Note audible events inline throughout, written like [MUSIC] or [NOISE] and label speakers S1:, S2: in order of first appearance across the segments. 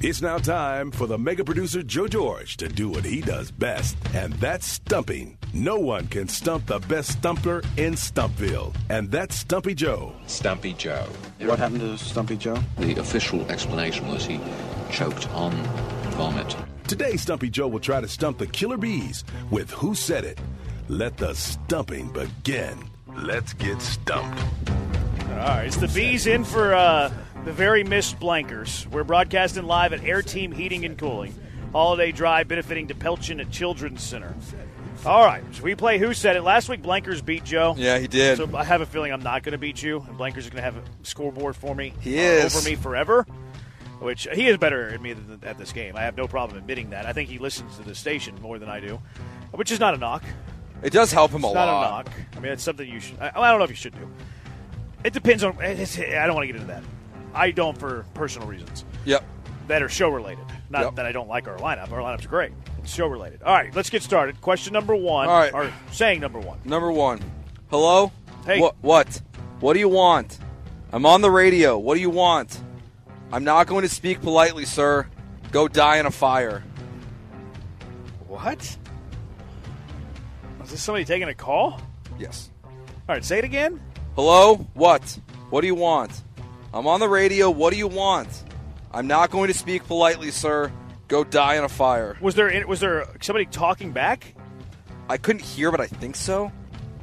S1: It's now time for the mega producer Joe George to do what he does best, and that's stumping. No one can stump the best stumper in Stumpville, and that's Stumpy Joe.
S2: Stumpy Joe.
S3: What happened to Stumpy Joe?
S4: The official explanation was he choked on vomit.
S1: Today, Stumpy Joe will try to stump the killer bees with Who Said It. Let the stumping begin. Let's get stumped.
S5: All right, it's the bees in for uh, the very missed blankers. We're broadcasting live at Air Team Heating and Cooling, holiday drive benefiting Depelchin at Children's Center. All right, so we play Who Said It. Last week, Blankers beat Joe.
S6: Yeah, he did.
S5: So I have a feeling I'm not going to beat you, and Blankers is going to have a scoreboard for me.
S6: He
S5: uh,
S6: is.
S5: over me forever. Which he is better at me than at this game. I have no problem admitting that. I think he listens to the station more than I do, which is not a knock.
S6: It does help him a
S5: It's
S6: lot.
S5: not a knock. I mean, it's something you should. I, I don't know if you should do. It depends on. It's, I don't want to get into that. I don't for personal reasons
S6: Yep.
S5: that are show related. Not
S6: Yep.
S5: that I don't like our lineup. Our lineup's great. It's show related. All right, let's get started. Question number one.
S6: All right.
S5: Or saying number one.
S6: Number one. Hello?
S5: Hey.
S6: What, what? What do you want? I'm on the radio. What do you want? I'm not going to speak politely, sir. Go die in a fire. What?
S5: Is this somebody taking a call?
S6: Yes.
S5: All right, say it again.
S6: Hello? What? What do you want? I'm on the radio. What do you want? I'm not going to speak politely, sir. Go die in a fire.
S5: Was there was there somebody talking back?
S6: I couldn't hear, but I think so. I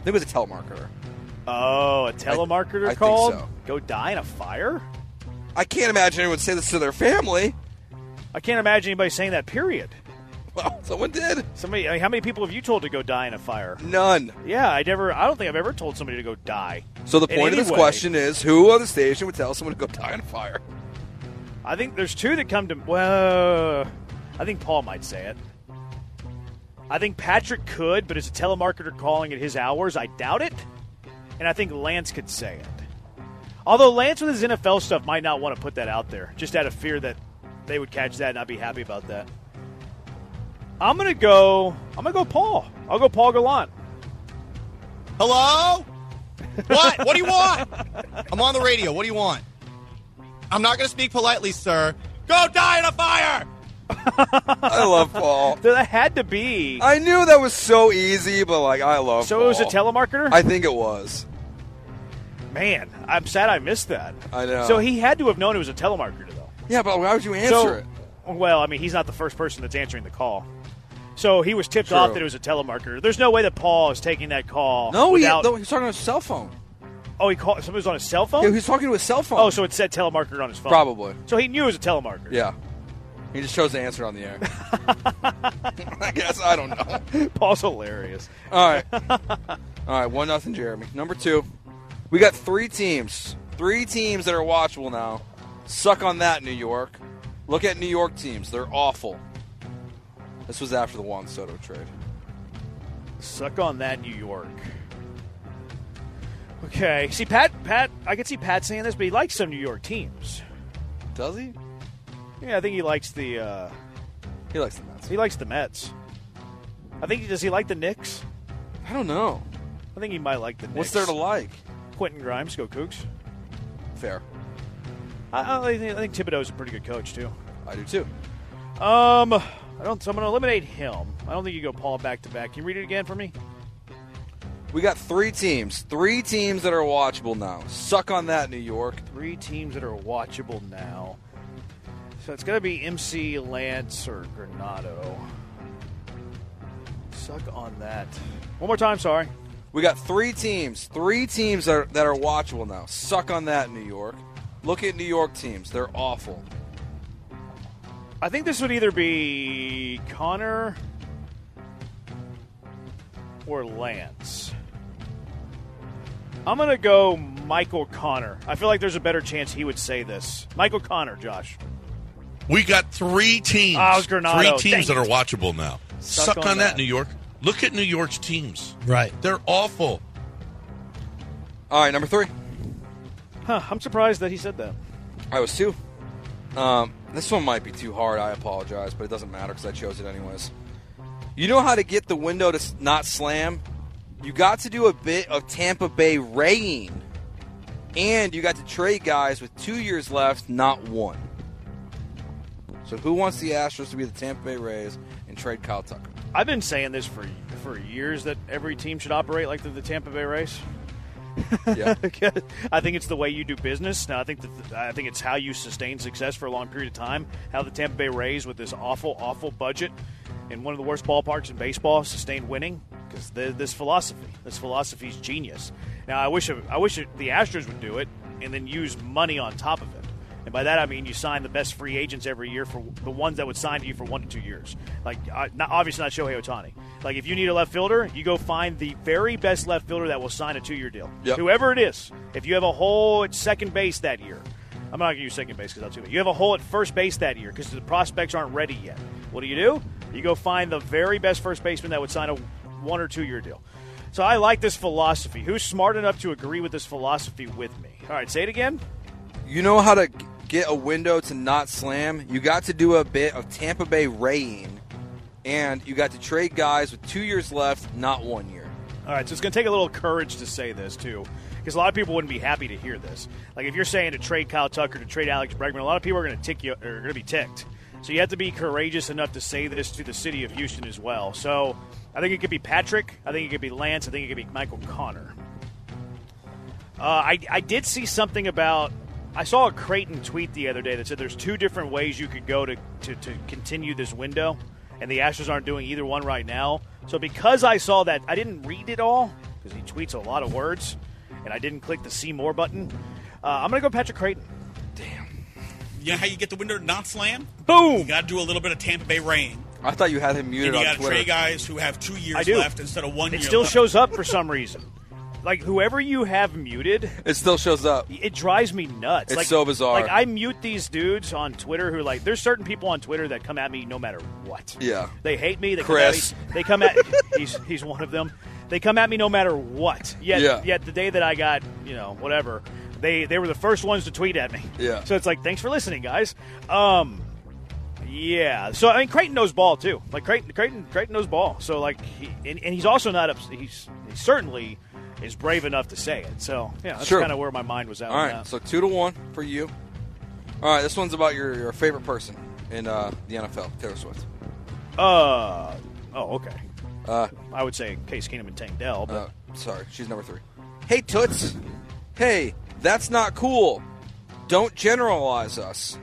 S6: think it was a telemarketer.
S5: Oh, a telemarketer
S6: I think
S5: called.
S6: so.
S5: Go die in a fire.
S6: I can't imagine anyone would say this to their family. [LAUGHS]
S5: I can't imagine anybody saying that. Period.
S6: Well, someone did.
S5: Somebody. I mean, how many people have you told to go die in a fire?
S6: None.
S5: Yeah, I never. I don't think I've ever told somebody to go die.
S6: So the
S5: In
S6: point of
S5: any
S6: this
S5: way.
S6: question is, who on the station would tell someone to go die in a fire?
S5: I think there's two that come to. Well, I think Paul might say it. I think Patrick could, but as a telemarketer calling at his hours, I doubt it. And I think Lance could say it. Although Lance with his NFL stuff might not want to put that out there, just out of fear that they would catch that and not be happy about that. I'm gonna go. I'm gonna go Paul. I'll go Paul Gallant.
S7: Hello? What? What do you want? I'm on the radio. What do you want? I'm not going to speak politely, sir. Go die in a fire!
S6: I
S5: [LAUGHS]
S6: love Paul.
S5: That had to be.
S6: I knew that was so easy, but like I love.
S5: so it was a
S6: Paul.
S5: telemarketer.
S6: I think it was.
S5: Man, I'm sad I missed that.
S6: I know.
S5: So he had to have known it was a telemarketer, though.
S6: Yeah, but why would you answer it?
S5: So, well, I mean, he's not the first person that's answering the call. So he was tipped
S6: True.
S5: off that it was a telemarketer. There's no way that Paul is taking that call.
S6: No, he,
S5: without,
S6: no, he was talking on his cell phone.
S5: oh, he called. Somebody was on his cell
S6: Yeah, he
S5: phone.
S6: was talking to his cell phone.
S5: oh, so it said telemarketer on his phone.
S6: Probably.
S5: So he knew it was a telemarketer.
S6: yeah. He just chose to answer on the air. [LAUGHS] I guess I don't know.
S5: [LAUGHS] Paul's hilarious.
S6: All right. [LAUGHS] All right. One nothing, Jeremy. Number two. We got three teams. Three teams that are watchable now. Suck on that, New York. Look at New York teams. They're awful. This was after the Juan Soto trade.
S5: Suck on that, New York. Okay. See, Pat. Pat. I could see Pat saying this, but he likes some New York teams.
S6: Does he?
S5: Yeah, I think he likes the. Uh,
S6: He likes the Mets.
S5: he likes the Mets. I think. Does he like the Knicks?
S6: I don't know.
S5: I think he might like the Knicks.
S6: What's there to like?
S5: Quentin Grimes, go Kooks.
S6: Fair.
S5: I, I think, I think Thibodeau's a pretty good coach too.
S6: I do too.
S5: Um, I don't. So I'm going to eliminate him. I don't think you go Paul back to back. Can you read it again for me?
S6: We got three teams. Three teams that are watchable now. Suck on that, New York.
S5: Three teams that are watchable now. So it's going to be MC Lance or Granado. Suck on that. One more time. Sorry.
S6: We got three teams. Three teams that are, that are watchable now. Suck on that, New York. Look at New York teams. They're awful.
S5: I think this would either be Connor or Lance. I'm going to go Michael Connor. I feel like there's a better chance he would say this. Michael Connor, Josh.
S8: We got three teams.
S5: Ah, it was Granado.
S8: Three teams
S5: Dang
S8: that are watchable now.
S5: Suck
S8: Suck,
S5: on
S8: on, that,
S5: that.
S8: New York. Look at New York's teams.
S7: Right.
S8: They're awful.
S6: All right, number three.
S5: Huh, I'm surprised that he said that.
S6: I was two. Um, this one might be too hard. I apologize, but it doesn't matter because I chose it anyways. You know how to get the window to s- not slam? You got to do a bit of Tampa Bay rain, and you got to trade guys with two years left, not one. So who wants the Astros to be the Tampa Bay Rays and trade Kyle Tucker?
S5: I've been saying this for for years that every team should operate like they're the Tampa Bay Rays.
S6: Yeah.
S5: [LAUGHS] I think it's the way you do business. Now, I think that I think it's how you sustain success for a long period of time. How the Tampa Bay Rays, with this awful, awful budget and one of the worst ballparks in baseball, sustained winning because this philosophy, this philosophy is genius. Now, I wish I wish it, the Astros would do it and then use money on top of it. And by that I mean you sign the best free agents every year for the ones that would sign to you for one to two years. Like uh, not, obviously not Shohei Otani. Like if you need a left fielder, you go find the very best left fielder that will sign a two-year deal.
S6: Yep.
S5: Whoever it is, if you have a hole at second base that year, I'm not going to use second base because I'll too. You have a hole at first base that year because the prospects aren't ready yet. What do you do? You go find the very best first baseman that would sign a one or two-year deal. So I like this philosophy. Who's smart enough to agree with this philosophy with me? All right, say it again.
S6: You know how to g- get a window to not slam? You got to do a bit of Tampa Bay raying, and you got to trade guys with two years left, not one year.
S5: All right, so it's going to take a little courage to say this too, because a lot of people wouldn't be happy to hear this. Like if you're saying to trade Kyle Tucker to trade Alex Bregman, a lot of people are going to tick you are going to be ticked. So you have to be courageous enough to say this to the city of Houston as well. So I think it could be Patrick, I think it could be Lance, I think it could be Michael Connor. Uh, I, I did see something about. I saw a Creighton tweet the other day that said there's two different ways you could go to, to, to continue this window, and the Astros aren't doing either one right now. So because I saw that, I didn't read it all because he tweets a lot of words, and I didn't click the see more button. Uh, I'm gonna go Patrick Creighton.
S2: Yeah, how you get the window to not slam? You
S5: Boom.
S2: got to do a little bit of Tampa Bay rain.
S6: I thought you had him
S2: And
S6: muted
S2: you
S6: on
S2: got to
S6: Twitter.
S2: trade guys who have two
S5: I
S2: years
S5: do.
S2: left instead of one
S5: It
S2: year
S5: still
S2: left.
S5: shows up for some reason. Like whoever you have muted,
S6: It still shows up.
S5: it drives me nuts.
S6: It's
S5: like,
S6: so bizarre.
S5: Like I mute these dudes on Twitter who like there's certain people on Twitter that come at me no matter what.
S6: Yeah.
S5: They hate me. They
S6: Chris.
S5: Come at me, they come at [LAUGHS] he's he's one of them. They come at me no matter what. Yet
S6: Yeah.
S5: yet the day that I got, you know, whatever, they they were the first ones to tweet at me.
S6: Yeah.
S5: So it's like thanks for listening, guys. Um yeah. So I mean Creighton knows ball too. Like Creighton Creighton Creighton knows ball. So like he and, and he's also not up he's he certainly is brave enough to say it. So yeah, that's
S6: Sure.
S5: kind of where my mind was at.
S6: All
S5: on
S6: right,
S5: that.
S6: so two to one for you. All right, this one's about your, your favorite person in uh, the NFL, Taylor Swift.
S5: Uh, oh, okay.
S6: Uh,
S5: I would say Case Keenum and Tank Dell, but
S6: uh, sorry, she's number three. Hey, Toots. Hey, that's not cool. Don't generalize us.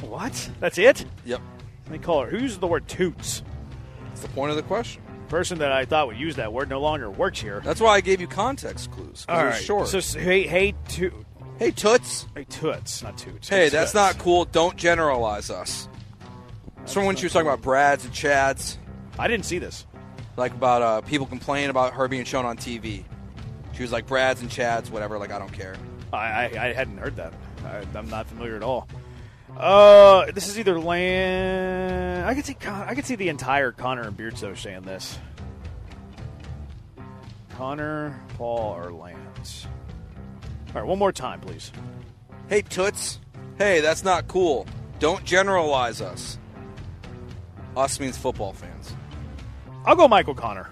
S5: what? That's it?
S6: Yep,
S5: They call her. Who uses the word toots?
S6: that's the point of the question.
S5: Person that I thought would use that word no longer works here.
S6: That's why I gave you context clues. 'cause
S5: All
S6: it was
S5: right.
S6: short.
S5: So s- hey, hey, to,
S6: hey, Toots.
S5: hey, toots, not toots.
S6: Hey,
S5: It's
S6: that's
S5: toots.
S6: not cool. Don't generalize us. It's from when she was talking about Brads and Chads,
S5: I didn't see this.
S6: like about uh, people complaining about her being shown on TV. She was like Brads and Chads, whatever. Like I don't care.
S5: I, I, I hadn't heard that. I, I'm not familiar at all. Uh, this is either land. I could see. Con- I could see the entire Connor and Beardso saying this. Connor, Paul, or Lance. All right, one more time, please.
S6: Hey, Toots. Hey, that's not cool. Don't generalize us. Us means football fans.
S5: I'll go Michael Connor.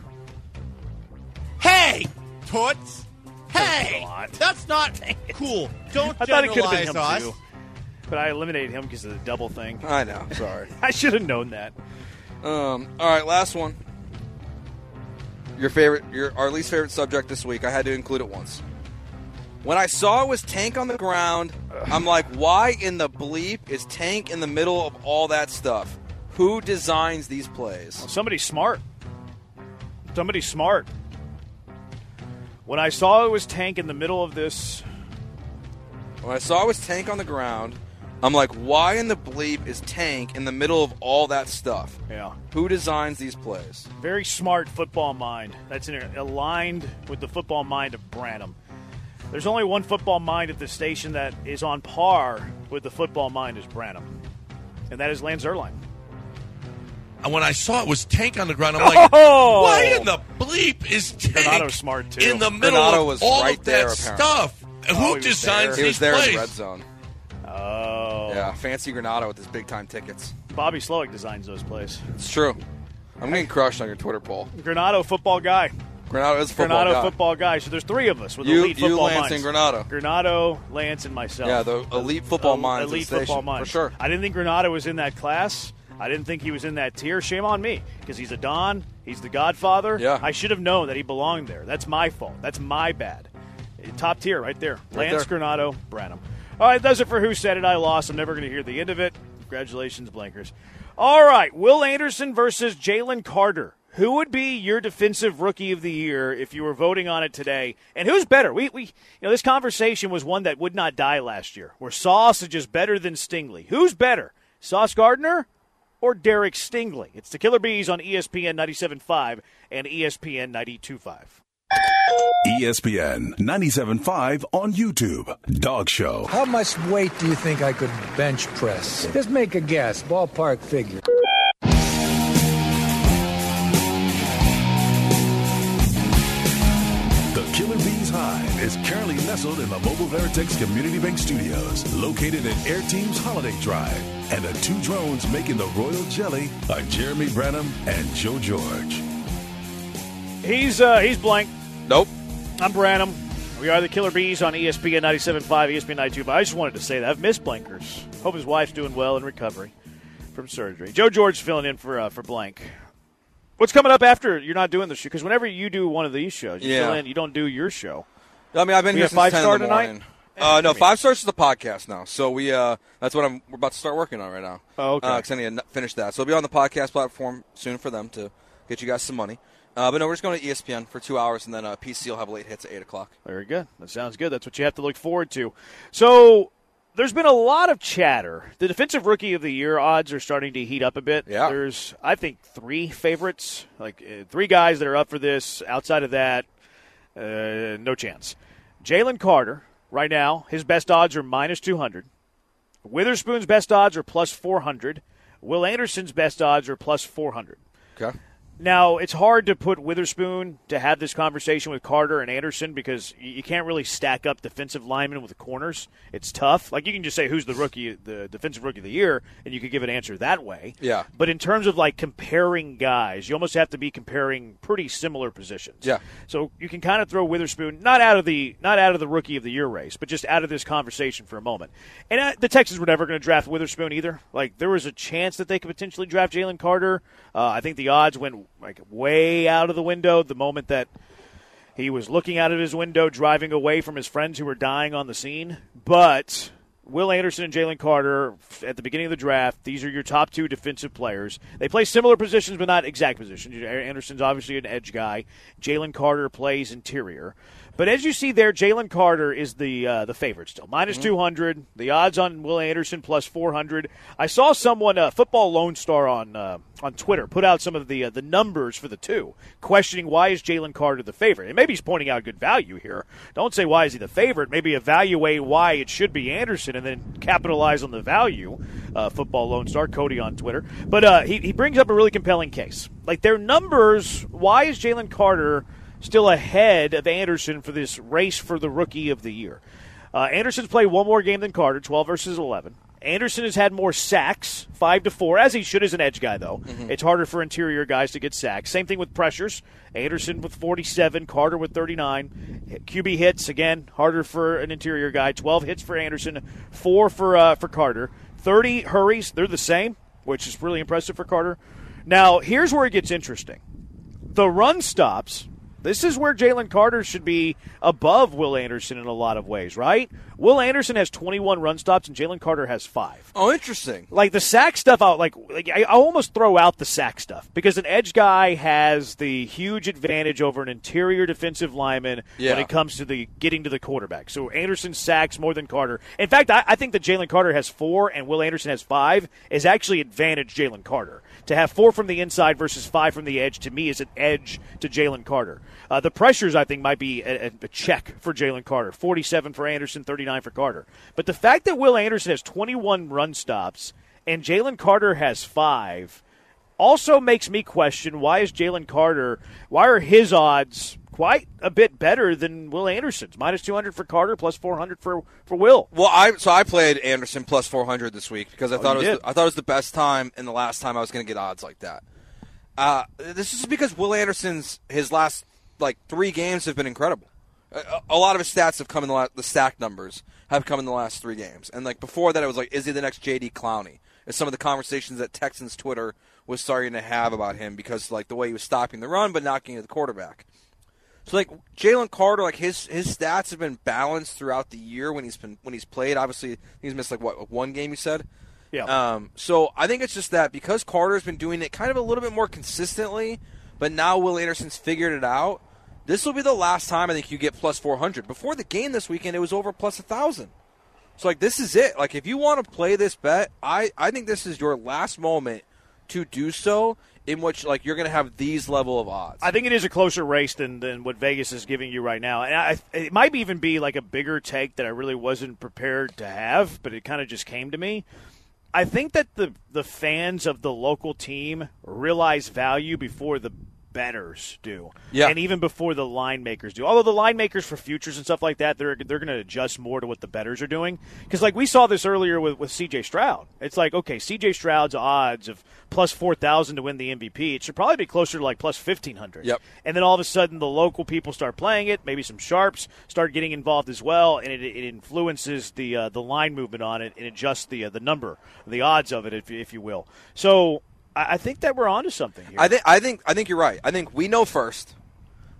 S7: Hey, toots. Hey,
S5: God.
S7: that's not cool. Don't
S5: I thought it could have been
S7: generalize
S5: him
S7: us.
S5: too, but I eliminated him because of the double thing. [LAUGHS]
S6: I know. Sorry.
S5: I should have known that.
S6: um. All right. Last one. Your favorite, your our least favorite subject this week. I had to include it once. When I saw it was Tank on the ground, I'm like, why in the bleep is Tank in the middle of all that stuff? Who designs these plays?
S5: Somebody smart. Somebody smart. When I saw it was Tank in the middle of this,
S6: When I saw it was Tank on the ground, I'm like, why in the bleep is Tank in the middle of all that stuff?
S5: yeah.
S6: Who designs these plays?
S5: Very smart football mind. That's in aligned with the football mind of Branham. There's only one football mind at the station that is on par with the football mind is Branham, and that is Lance Erline.
S8: And when I saw it was Tank on the ground, I'm like,
S5: [LAUGHS] Oh!
S8: why in the bleep is Tank
S5: Granado's smart, too.
S8: in the middle
S6: Granado
S8: of
S6: was
S8: all
S6: right
S8: of
S6: there,
S8: that
S6: apparently.
S8: stuff? And
S5: Oh, he
S8: Who
S5: was there.
S8: designs
S6: He was
S8: these
S6: there in the
S8: plays?
S6: red zone.
S5: Oh,
S6: Yeah, fancy Granado with his big time tickets.
S5: Bobby Slowick designs those plays.
S6: It's true. I'm getting crushed on your Twitter poll.
S5: Granado football guy.
S6: Granado is a football
S5: Granado
S6: guy.
S5: football guy. So there's three of us with
S6: You-
S5: elite
S6: you,
S5: football
S6: Lance,
S5: minds.
S6: and Granado.
S5: Granado, Lance, and myself.
S6: Yeah, the elite football minds at
S5: Elite
S6: the station,
S5: football
S6: for
S5: minds
S6: sure.
S5: I didn't think Granado was in that class. I didn't think he was in that tier. Shame on me because he's a Don. He's the Godfather.
S6: Yeah.
S5: I should have known that he belonged there. That's my fault. That's my bad. Eh, Top tier right there.
S6: Right
S5: Lance
S6: there.
S5: Granado, Branham. All right, that's it for Who Said It. I lost. I'm never going to hear the end of it. Congratulations, Blankers. All right, Will Anderson versus Jalen Carter. Who would be your defensive rookie of the year if you were voting on it today? And who's better? We, we you know this conversation was one that would not die last year. Where sausage is better than Stingley. Who's better, Sauce Gardner or Derek Stingley? It's the Killer Bees on E ESPN 97.5 and E ESPN 92.5.
S1: E ESPN 97.5 on YouTube. Dog Show.
S9: How much weight do you think I could bench press? Just make a guess, ballpark figure.
S1: The Killer Bees Hive is currently nestled in the Mobile Veritex Community Bank Studios, located at Air Team's Holiday Drive. And the two drones making the royal jelly are Jeremy Branham and Joe George.
S5: He's uh, he's blank.
S6: Nope.
S5: I'm Branham. We are the Killer Bees on E ESPN 97.5, ESPN 92. But I just wanted to say that I've missed Blankers. Hope his wife's doing well in recovery from surgery. Joe George filling in for uh, for Blank. What's coming up after you're not doing the show? Because whenever you do one of these shows, you
S6: Yeah.
S5: fill in, you don't do your show.
S6: I mean, I've been
S5: We
S6: here
S5: have
S6: since
S5: five
S6: 10
S5: star
S6: in the
S5: tonight?
S6: morning. Uh, no, five stars is the podcast now. So we uh, that's what I'm we're about to start working on right now.
S5: Oh, okay.
S6: Because I need to n- finish that. So it'll be on the podcast platform soon for them to get you guys some money. Uh, but no, we're just going to ESPN for two hours, and then uh, PC will have late hits at eight o'clock.
S5: Very good. That sounds good. That's what you have to look forward to. So there's been a lot of chatter. The defensive rookie of the year odds are starting to heat up a bit.
S6: Yeah.
S5: There's I think three favorites, like uh, three guys that are up for this. Outside of that, uh, no chance. Jalen Carter right now, his best odds are minus 200. Witherspoon's best odds are plus 400. Will Anderson's best odds are plus 400.
S6: Okay.
S5: Now it's hard to put Witherspoon to have this conversation with Carter and Anderson because you you can't really stack up defensive linemen with the corners. It's tough. Like you can just say who's the rookie, the defensive rookie of the year, and you could give an answer that way.
S6: Yeah.
S5: But in terms of like comparing guys, you almost have to be comparing pretty similar positions.
S6: Yeah.
S5: So you can kind of throw Witherspoon not out of the not out of the rookie of the year race, but just out of this conversation for a moment. And uh, the Texans were never going to draft Witherspoon either. Like there was a chance that they could potentially draft Jalen Carter. Uh, I think the odds went like way out of the window the moment that he was looking out of his window, driving away from his friends who were dying on the scene. But Will Anderson and Jalen Carter, f- at the beginning of the draft, these are your top two defensive players. They play similar positions, but not exact positions. You know, Anderson's obviously an edge guy. Jalen Carter plays interior. But as you see there, Jalen Carter is the uh, the favorite still, Minus 200. The odds on Will Anderson plus four hundred. I saw someone, uh, football Lone Star on uh, on Twitter, put out some of the uh, the numbers for the two, questioning why is Jalen Carter the favorite, and maybe he's pointing out good value here. Don't say why is he the favorite. Maybe evaluate why it should be Anderson, and then capitalize on the value. Uh, football Lone Star Cody on Twitter, but uh, he he brings up a really compelling case. Like their numbers, why is Jalen Carter? still ahead of Anderson for this race for the rookie of the year. Uh, Anderson's played one more game than Carter, 12 versus 11. Anderson has had more sacks, 5 to 4, as he should as an edge guy, though. It's harder for interior guys to get sacks. Same thing with pressures. Anderson with 47, Carter with 39. QB hits, again, harder for an interior guy. 12 hits for Anderson, 4 for, uh, for Carter. 30 hurries, they're the same, which is really impressive for Carter. Now, here's where it gets interesting the run stops. This is where Jalen Carter should be above Will Anderson in a lot of ways, right? Will Anderson has 21 run stops and Jalen Carter has five.
S6: Oh, interesting.
S5: Like the sack stuff, I'll, like, like I I almost throw out the sack stuff because an edge guy has the huge advantage over an interior defensive lineman
S6: Yeah.
S5: when it comes to the getting to the quarterback. So Anderson sacks more than Carter. In fact, I, I think that Jalen Carter has four and Will Anderson has five is actually advantage Jalen Carter. To have four from the inside versus five from the edge to me is an edge to Jalen Carter. Uh, the pressures I think might be a, a- a check for Jalen Carter. Forty-seven for Anderson, thirty-nine for Carter. But the fact that Will Anderson has twenty-one run stops and Jalen Carter has five also makes me question why is Jalen Carter, why are his odds quite a bit better than Will Anderson's? Minus 200 for Carter, plus 400 for, for Will.
S6: Well, I so I played Anderson plus 400 this week because I thought it
S5: Oh, you
S6: was
S5: did.
S6: the, I thought it was the best time and the last time I was going to get odds like that. Uh, this is because Will Anderson's his last like three games have been incredible. A, a lot of his stats have come in the last, the stack numbers have come in the last three games, and like before that, it was like, is he the next J.D. Clowney? Is some of the conversations that Texans Twitter was starting to have about him because like the way he was stopping the run but not getting to the quarterback. So like Jalen Carter, like his his stats have been balanced throughout the year when he's been when he's played. Obviously, he's missed like what one game you said.
S5: Yeah.
S6: Um, so I think it's just that because Carter's been doing it kind of a little bit more consistently, but now Will Anderson's figured it out. This will be the last time I think you get plus 400. Before the game this weekend, it was over plus 1,000. So like this is it. Like if you want to play this bet, I I think this is your last moment to do so in which like you're going to have these level of odds.
S5: I think it is a closer race than, than what Vegas is giving you right now, and I, it might even be like a bigger take that I really wasn't prepared to have, but it kind of just came to me. I think that the the fans of the local team realize value before the betters do,
S6: Yeah.
S5: and even before the line makers do. Although the line makers for futures and stuff like that, they're they're going to adjust more to what the betters are doing because like we saw this earlier with with C.J. Stroud. It's like okay, C.J. Stroud's odds of plus four thousand to win the MVP. It should probably be closer to like plus fifteen hundred.
S6: Yep.
S5: And then all of a sudden, the local people start playing it. Maybe some sharps start getting involved as well, and it, it influences the uh, the line movement on it and adjusts the uh, the number, the odds of it, if, you- if you will. So I, I think that we're onto something here.
S6: I think I think I think you're right. I think we know first.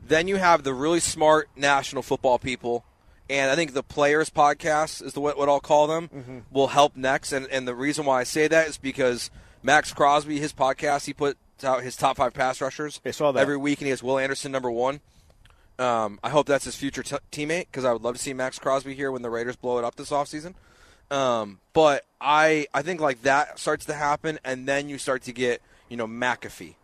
S6: Then you have the really smart national football people, and I think the players podcast is the what, what I'll call them
S5: Mm-hmm.
S6: will help next. And and the reason why I say that is because Max Crosby, his podcast, he put out his top five pass rushers.
S5: I saw that.
S6: every week, and he has Will Anderson number one. Um, I hope that's his future t- teammate because I would love to see Max Crosby here when the Raiders blow it up this offseason. Um, but I I think like that starts to happen, and then you start to get you know McAfee,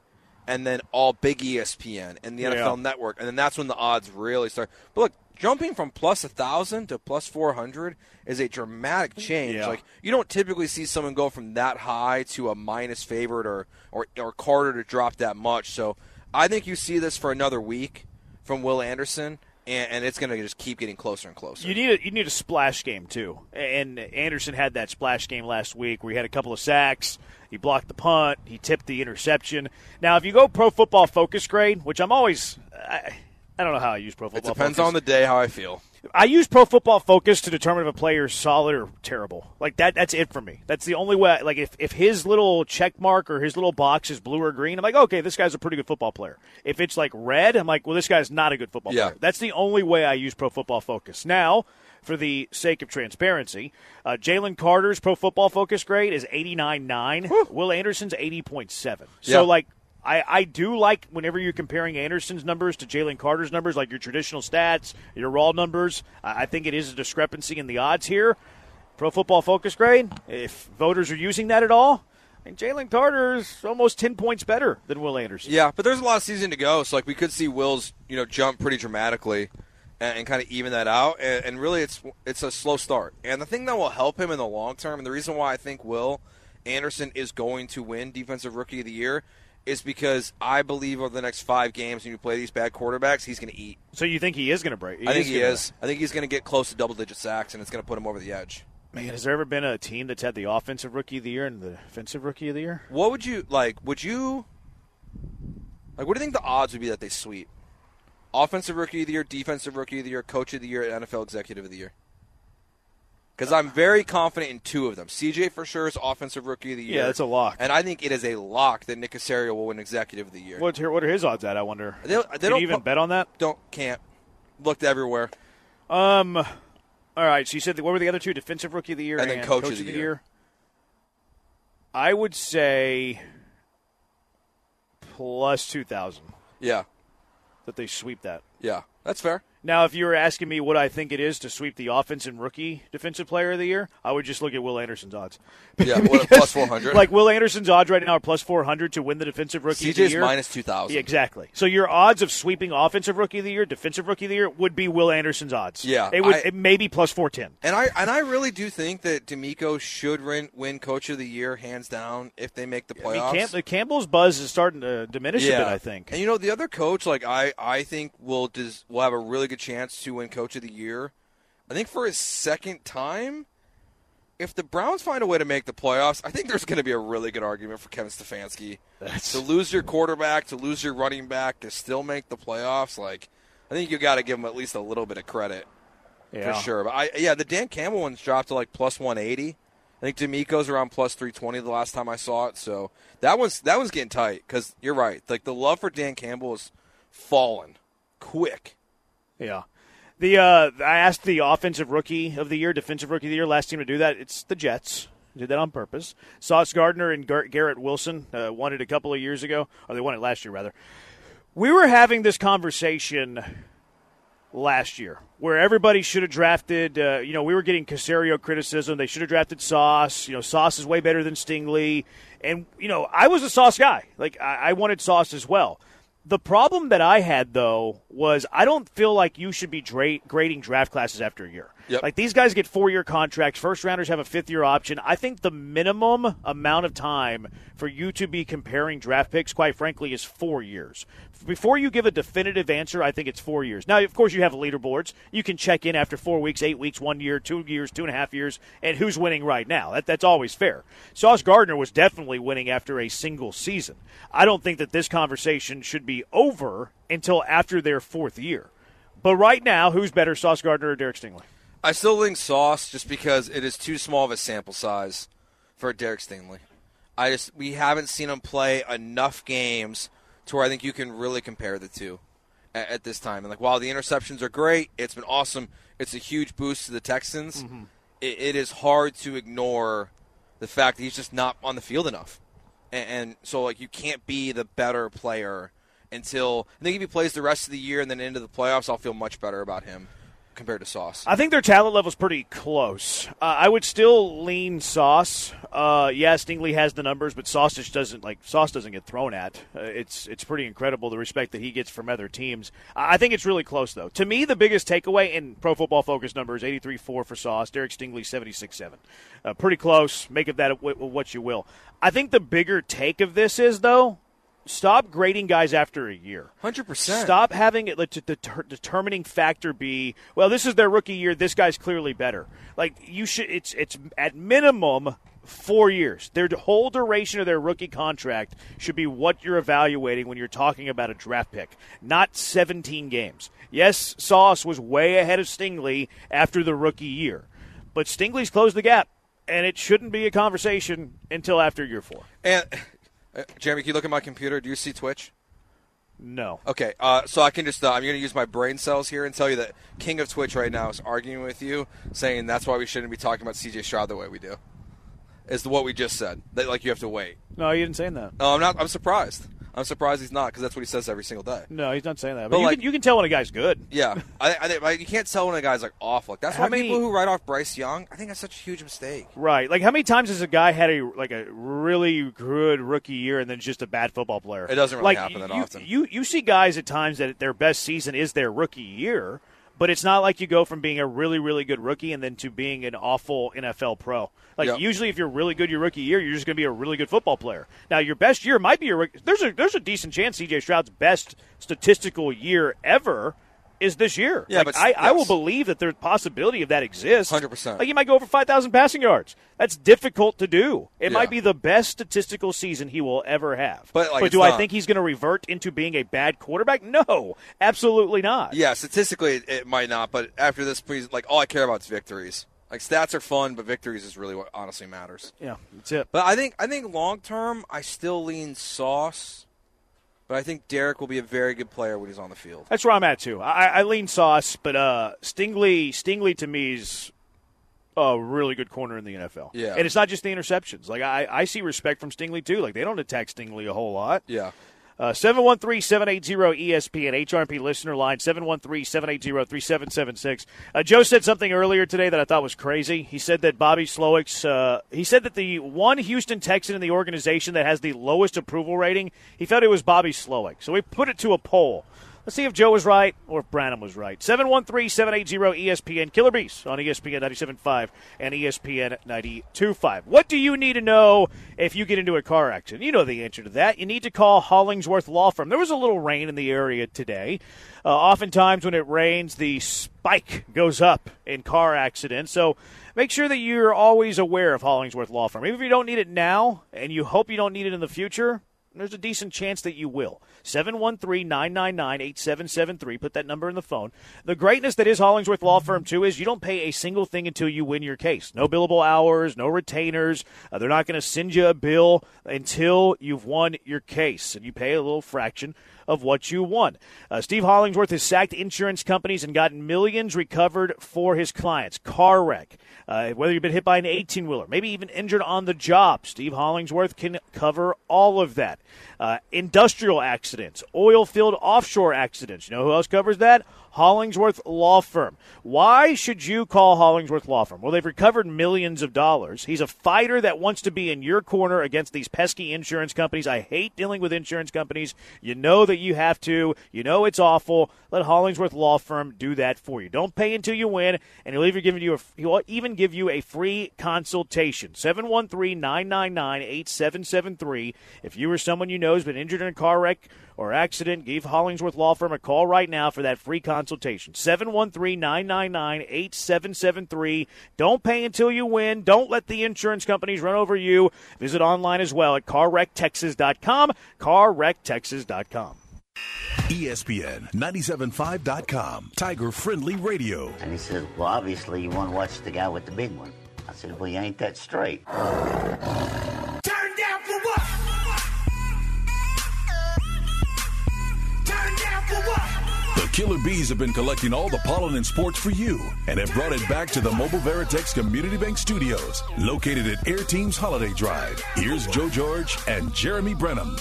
S6: and then all Big E ESPN and the
S5: Yeah.
S6: NFL Network, and then that's when the odds really start. But look, jumping from plus a thousand to plus four hundred is a dramatic change.
S5: Yeah.
S6: Like you don't typically see someone go from that high to a minus favorite or or, or Carter to drop that much. So I think you see this for another week from Will Anderson, and, and it's going to just keep getting closer and closer.
S5: You need a, you need a splash game too. And Anderson had that splash game last week where he had a couple of sacks, he blocked the punt, he tipped the interception. Now, if you go Pro Football Focus grade, which I'm always I, I don't know how I use Pro
S6: it
S5: Football.
S6: depends
S5: Focus.
S6: on the day how I feel.
S5: I use Pro Football Focus to determine if a player is solid or terrible. Like that, that's it for me. That's the only way. Like if, if his little check mark or his little box is blue or green, I'm like, okay, this guy's a pretty good football player. If it's like red, I'm like, well, this guy's not a good football
S6: Yeah.
S5: player. That's the only way I use Pro Football Focus. Now, for the sake of transparency, uh, Jalen Carter's Pro Football Focus grade is 89.9. Will Anderson's 80.7.
S6: Yeah.
S5: So like. I, I do like whenever you're comparing Anderson's numbers to Jalen Carter's numbers, like your traditional stats, your raw numbers. I I think it is a discrepancy in the odds here. Pro Football Focus grade, if voters are using that at all, and Jalen Carter's almost 10 points better than Will Anderson.
S6: Yeah, but there's a lot of season to go, so like we could see Will's you know jump pretty dramatically and, and kind of even that out. And, and really, it's it's a slow start. And the thing that will help him in the long term, and the reason why I think Will Anderson is going to win Defensive Rookie of the Year, is because I believe over the next five games, when you play these bad quarterbacks, he's going to eat.
S5: So you think he is going to break?
S6: I think he
S5: gonna-
S6: is. I think he's going to get close to double digit sacks, and it's going to put him over the edge.
S5: Man, has there ever been a team that's had the offensive rookie of the year and the defensive rookie of the year?
S6: What would you like? Would you like? What do you think the odds would be that they sweep? Offensive rookie of the year, defensive rookie of the year, coach of the year, and NFL executive of the year. Because I'm very confident in two of them. CJ for sure is offensive rookie of the
S5: Yeah,
S6: year.
S5: that's a lock.
S6: and I think it is a lock that Nick Casario will win executive of the year.
S5: What what are his odds at? I wonder.
S6: They don't- they
S5: Can
S6: don't
S5: you even
S6: pu-
S5: bet on that?
S6: Don't can't looked everywhere.
S5: All right. So you said that, what were the other two? Defensive rookie of the year
S6: And then coach of the year.
S5: I would say plus two thousand
S6: Yeah,
S5: that they sweep that.
S6: yeah, that's
S5: [LAUGHS]
S6: fair.
S5: Now, if you were asking me what I think it is to sweep the offense and rookie defensive player of the year, I would just look at Will Anderson's odds.
S6: Yeah, what a plus four hundred.
S5: [LAUGHS] Like Will Anderson's odds right now are plus four hundred to win the defensive rookie of the
S6: CJ's
S5: year.
S6: minus two thousand.
S5: Yeah, exactly. So your odds of sweeping offensive rookie of the year, defensive rookie of the year would be Will Anderson's odds.
S6: Yeah,
S5: it would.
S6: I-
S5: it may be plus four ten.
S6: And I and I really do think that D'Amico should win, win Coach of the Year hands down if they make the
S5: I
S6: playoffs.
S5: mean, Camp, the Campbell's buzz is starting to diminish a bit. I think.
S6: And you know the other coach, like I I think will does will have a really good chance to win Coach of the Year. I think for his second time, if the Browns find a way to make the playoffs, I think there's going to be a really good argument for Kevin Stefanski to lose your quarterback, to lose your running back, to still make the playoffs. Like, I think you got to give him at least a little bit of credit
S5: Yeah.
S6: for sure. But I, yeah, the Dan Campbell one's dropped to like plus 180. I think D'Amico's around plus 320 the last time I saw it. So that one's that one's getting tight because you're right. Like the love for Dan Campbell is fallen quick.
S5: Yeah. The uh, I asked the offensive rookie of the year, defensive rookie of the year, last team to do that. It's the Jets. Did that on purpose. Sauce Gardner and Gar- Garrett Wilson uh, won it a couple of years ago, or they won it last year rather. We were having this conversation last year where everybody should have drafted. Uh, you know, we were getting Casario criticism. They should have drafted Sauce. You know, Sauce is way better than Stingley. And you know, I was a Sauce guy. Like I, I wanted Sauce as well. The problem that I had though was I don't feel like you should be dra- grading draft classes after a year.
S6: Yep.
S5: Like these guys get four year contracts. First rounders have a fifth year option. I think the minimum amount of time for you to be comparing draft picks, quite frankly, is four years. Before you give a definitive answer, I think it's four years. Now, of course, you have leaderboards. You can check in after four weeks, eight weeks, one year, two years, two and a half years, and who's winning right now. That, that's always fair. Sauce Gardner was definitely winning after a single season. I don't think that this conversation should be over until after their fourth year. But right now, who's better, Sauce Gardner or Derek Stingley?
S6: I still think Sauce just because it is too small of a sample size for Derek Stingley. I just we haven't seen him play enough games to where I think you can really compare the two at, at this time. And like while the interceptions are great, it's been awesome. It's a huge boost to the Texans. It, it is hard to ignore the fact that he's just not on the field enough. And, and so like you can't be the better player until I think if he plays the rest of the year and then into the playoffs, I'll feel much better about him compared to Sauce.
S5: I think their talent level's pretty close. Uh, I would still lean Sauce. Uh, yeah, Stingley has the numbers, but Sauce just doesn't like Sauce doesn't get thrown at. Uh, it's it's pretty incredible the respect that he gets from other teams. I I think it's really close though. To me, the biggest takeaway in Pro Football Focus numbers eighty three four for Sauce, Derek Stingley seventy six seven, uh, pretty close. Make of that wh- wh- what you will. I think the bigger take of this is though, stop grading guys after a year.
S6: 100%.
S5: Stop having it let the deter- determining factor be, well, this is their rookie year. This guy's clearly better. Like you should, it's it's at minimum four years. Their whole duration of their rookie contract should be what you're evaluating when you're talking about a draft pick, not 17 games. Yes, Sauce was way ahead of Stingley after the rookie year, but Stingley's closed the gap, and it shouldn't be a conversation until after year four.
S6: And [LAUGHS] uh, Jeremy, can you look at my computer? Do you see Twitch?
S5: No.
S6: Okay, uh, so I can just uh, I'm going to use my brain cells here and tell you that King of Twitch right now is arguing with you, saying that's why we shouldn't be talking about CJ Stroud the way we do. Is what we just said that like you have to wait.
S5: No, you didn't say that.
S6: No, I'm not. I'm surprised. I'm surprised he's not because that's what he says every single day.
S5: No, he's not saying that. But,
S6: But,
S5: you,
S6: like-
S5: can, you can tell when a guy's good.
S6: [LAUGHS] Yeah, I, I, think- like, you can't tell when a guy's like off. Like that's
S5: How
S6: why
S5: many-
S6: people who write off Bryce Young, I think that's such a huge mistake.
S5: Right. Like how many times has a guy had a like a really good rookie year and then just a bad football player?
S6: It doesn't really
S5: like,
S6: happen that
S5: you,
S6: often.
S5: You you see guys at times that their best season is their rookie year, but it's not like you go from being a really really good rookie and then to being an awful NFL pro. Like
S6: Yep.
S5: usually if you're really good your rookie year, you're just going to be a really good football player. Now your best year might be your rook- there's a there's a decent chance CJ Stroud's best statistical year ever is this year.
S6: Yeah,
S5: Like,
S6: but s-
S5: I, I
S6: yes.
S5: will believe that there's possibility of that exists.
S6: 100%.
S5: Like he might go over 5,000 passing yards. That's difficult to do. It
S6: Yeah.
S5: might be the best statistical season he will ever have.
S6: But, like, it's
S5: do I
S6: not.
S5: think he's going to revert into being a bad quarterback? No, absolutely not.
S6: Yeah, statistically it, it might not, but after this, please, like all I care about is victories. Like stats are fun, but victories is really what honestly matters.
S5: Yeah, that's it.
S6: But I think I think long term, I still lean Sauce. But I think Derek will be a very good player when he's on the field.
S5: That's where I'm at too. I, I lean Sauce, but uh, Stingley, Stingley to me is a really good corner in the NFL.
S6: Yeah.
S5: and it's not just the interceptions. Like I, I see respect from Stingley too. Like they don't attack Stingley a whole lot.
S6: Yeah.
S5: Uh, 713 780 ESPN, HRP listener line 713 780 3776. Uh, Joe said something earlier today that I thought was crazy. He said that Bobby Slowick's, uh, he said that the one Houston Texan in the organization that has the lowest approval rating, he felt it was Bobby Slowick. So we put it to a poll. Let's see if Joe was right or if Branham was right. 713 780 ESPN Killer Bees on E ESPN 97.5 and E ESPN 92.5. What do you need to know if you get into a car accident? You know the answer to that. You need to call Hollingsworth Law Firm. There was a little rain in the area today. Uh, oftentimes, when it rains, the spike goes up in car accidents. So make sure that you're always aware of Hollingsworth Law Firm. Even if you don't need it now and you hope you don't need it in the future, there's a decent chance that you will. 713-999-8773. Put that number in the phone. The greatness that is Hollingsworth Law Firm, too, is you don't pay a single thing until you win your case. No billable hours, no retainers. Uh, they're not going to send you a bill until you've won your case. And you pay a little fraction of what you won. Uh, Steve Hollingsworth has sacked insurance companies and gotten millions recovered for his clients. Car wreck, uh, whether you've been hit by an 18 wheeler, maybe even injured on the job, Steve Hollingsworth can cover all of that. Uh, industrial accidents, oil field offshore accidents. You know who else covers that? Hollingsworth Law Firm. Why should you call Hollingsworth Law Firm? Well, they've recovered millions of dollars. He's a fighter that wants to be in your corner against these pesky insurance companies. I hate dealing with insurance companies. You know that you have to. You know it's awful. Let Hollingsworth Law Firm do that for you. Don't pay until you win, and he'll even give you a, he'll even give you a free consultation. 713-999-8773. If you or someone you know has been injured in a car wreck or accident, give Hollingsworth Law Firm a call right now for that free consultation. 713-999-8773. Don't pay until you win. Don't let the insurance companies run over you. Visit online as well at carwrecktexas.com, carwrecktexas.com.
S1: E ESPN 975.com. Tiger Friendly Radio.
S10: And he says, Well, obviously, you want to watch the guy with the big one. I said, Well, you ain't that straight.
S11: Turn down for what? Turn down for what?
S1: The killer bees have been collecting all the pollen and sports for you and have brought it back to the Mobile Veritex Community Bank Studios, located at Air Teams Holiday Drive. Here's Joe George and Jeremy Brenham.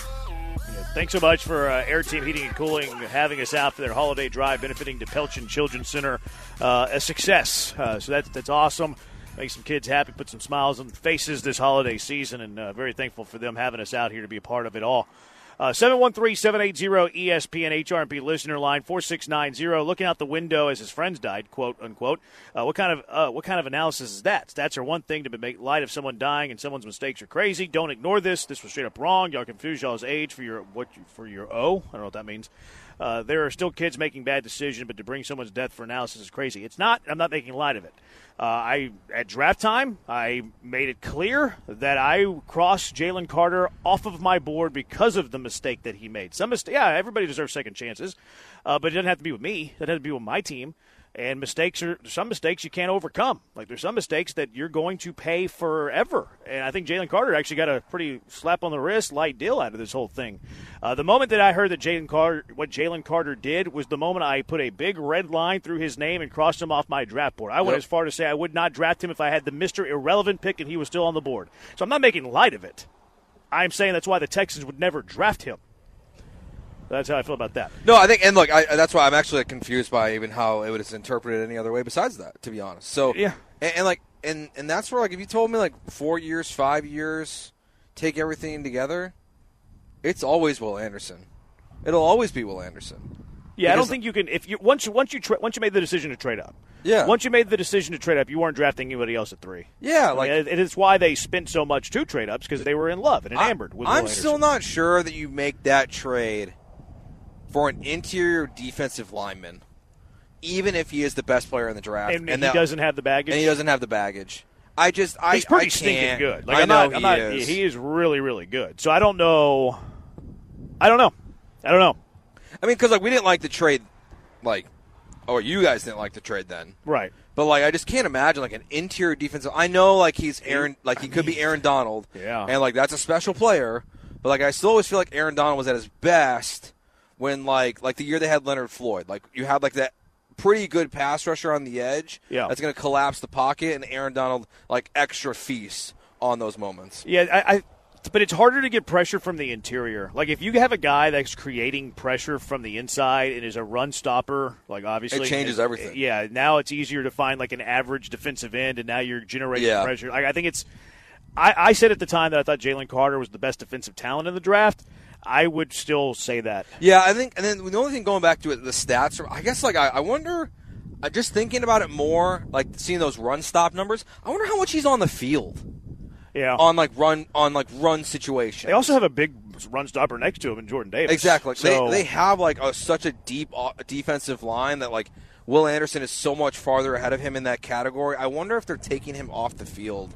S5: Thanks so much for uh, Air Team Heating and Cooling having us out for their holiday drive, benefiting the Pelchin Children's Center. Uh, a success. Uh, so that's that's awesome. Make some kids happy, put some smiles on faces this holiday season, and uh, very thankful for them having us out here to be a part of it all. Uh, 713 780 ESPN HRP listener line 4690. Looking out the window as his friends died, quote unquote. Uh, what kind of uh, what kind of analysis is that? Stats are one thing to make light of someone dying and someone's mistakes are crazy. Don't ignore this. This was straight up wrong. Y'all confuse y'all's age for your what you- for your O. I don't know what that means. Uh, there are still kids making bad decisions, but to bring someone's death for analysis is crazy. It's not. I'm not making light of it. Uh, I at draft time, I made it clear that I crossed Jalen Carter off of my board because of the mistake that he made. Some mistake, yeah, everybody deserves second chances, uh, but it doesn't have to be with me. It doesn't have to be with my team. And mistakes are there's some mistakes you can't overcome. Like there's some mistakes that you're going to pay forever. And I think Jalen Carter actually got a pretty slap on the wrist, light deal out of this whole thing. Uh, the moment that I heard that Jalen Carter, what Jalen Carter did was the moment I put a big red line through his name and crossed him off my draft board. I went
S6: Yep.
S5: as far to say I would not draft him if I had the Mister Irrelevant pick and he was still on the board. So I'm not making light of it. I'm saying that's why the Texans would never draft him. That's how I feel about that.
S6: No, I think, and look, I, that's why I'm actually confused by even how it was interpreted any other way besides that, to be honest. So
S5: Yeah.
S6: and, and like, and and that's where like if you told me like four years, five years, take everything together, it's always Will Anderson. It'll always be Will Anderson.
S5: Yeah, I
S6: Because-
S5: don't think you can. If you once you once you tra- once you made the decision to trade up,
S6: Yeah.
S5: Once you made the decision to trade up, you weren't drafting anybody else at three.
S6: Yeah,
S5: I mean,
S6: like-
S5: it- it is why they spent so much to trade ups because they were in love and enamored with. Will
S6: I'm
S5: Anderson.
S6: still not sure that you make that trade for an interior defensive lineman, even if he is the best player in the draft,
S5: and, he
S6: that-
S5: doesn't have the baggage.
S6: and he doesn't have the baggage. I just, I,
S5: He's pretty
S6: I
S5: stinking
S6: can't.
S5: good. Like
S6: I
S5: am
S6: know
S5: not,
S6: he
S5: I'm not,
S6: is.
S5: He is really really good. So I don't know. I don't know. I don't know.
S6: I mean, because like we didn't like the trade, like, oh, you guys didn't like the trade then,
S5: Right.
S6: but like I just can't imagine like an interior defensive. I know like he's Aaron, like he could be Aaron Donald,
S5: Yeah.
S6: and like that's a special player. But like I still always feel like Aaron Donald was at his best when like like the year they had Leonard Floyd, like you had like that pretty good pass rusher on the edge,
S5: Yeah.
S6: that's going to collapse the pocket, and Aaron Donald like extra feast on those moments.
S5: Yeah, I, I. But it's harder to get pressure from the interior. Like if you have a guy that's creating pressure from the inside and is a run stopper, like obviously uh,
S6: It changes everything.
S5: Yeah, now it's easier to find like an average defensive end, and now you're generating
S6: Yeah.
S5: pressure. Like I think it's. I, I said at the time that I thought Jalen Carter was the best defensive talent in the draft. I would still say that.
S6: Yeah, I think, and then the only thing going back to it, the stats. I guess like I, I wonder. I just thinking about it more, like seeing those run stop numbers. I wonder how much he's on the field.
S5: Yeah.
S6: On like run on like run situation.
S5: They also have a big run stopper next to him in Jordan Davis.
S6: Exactly.
S5: So,
S6: they, they have like a, such a deep o- defensive line that like Will Anderson is so much farther ahead of him in that category. I wonder if they're taking him off the field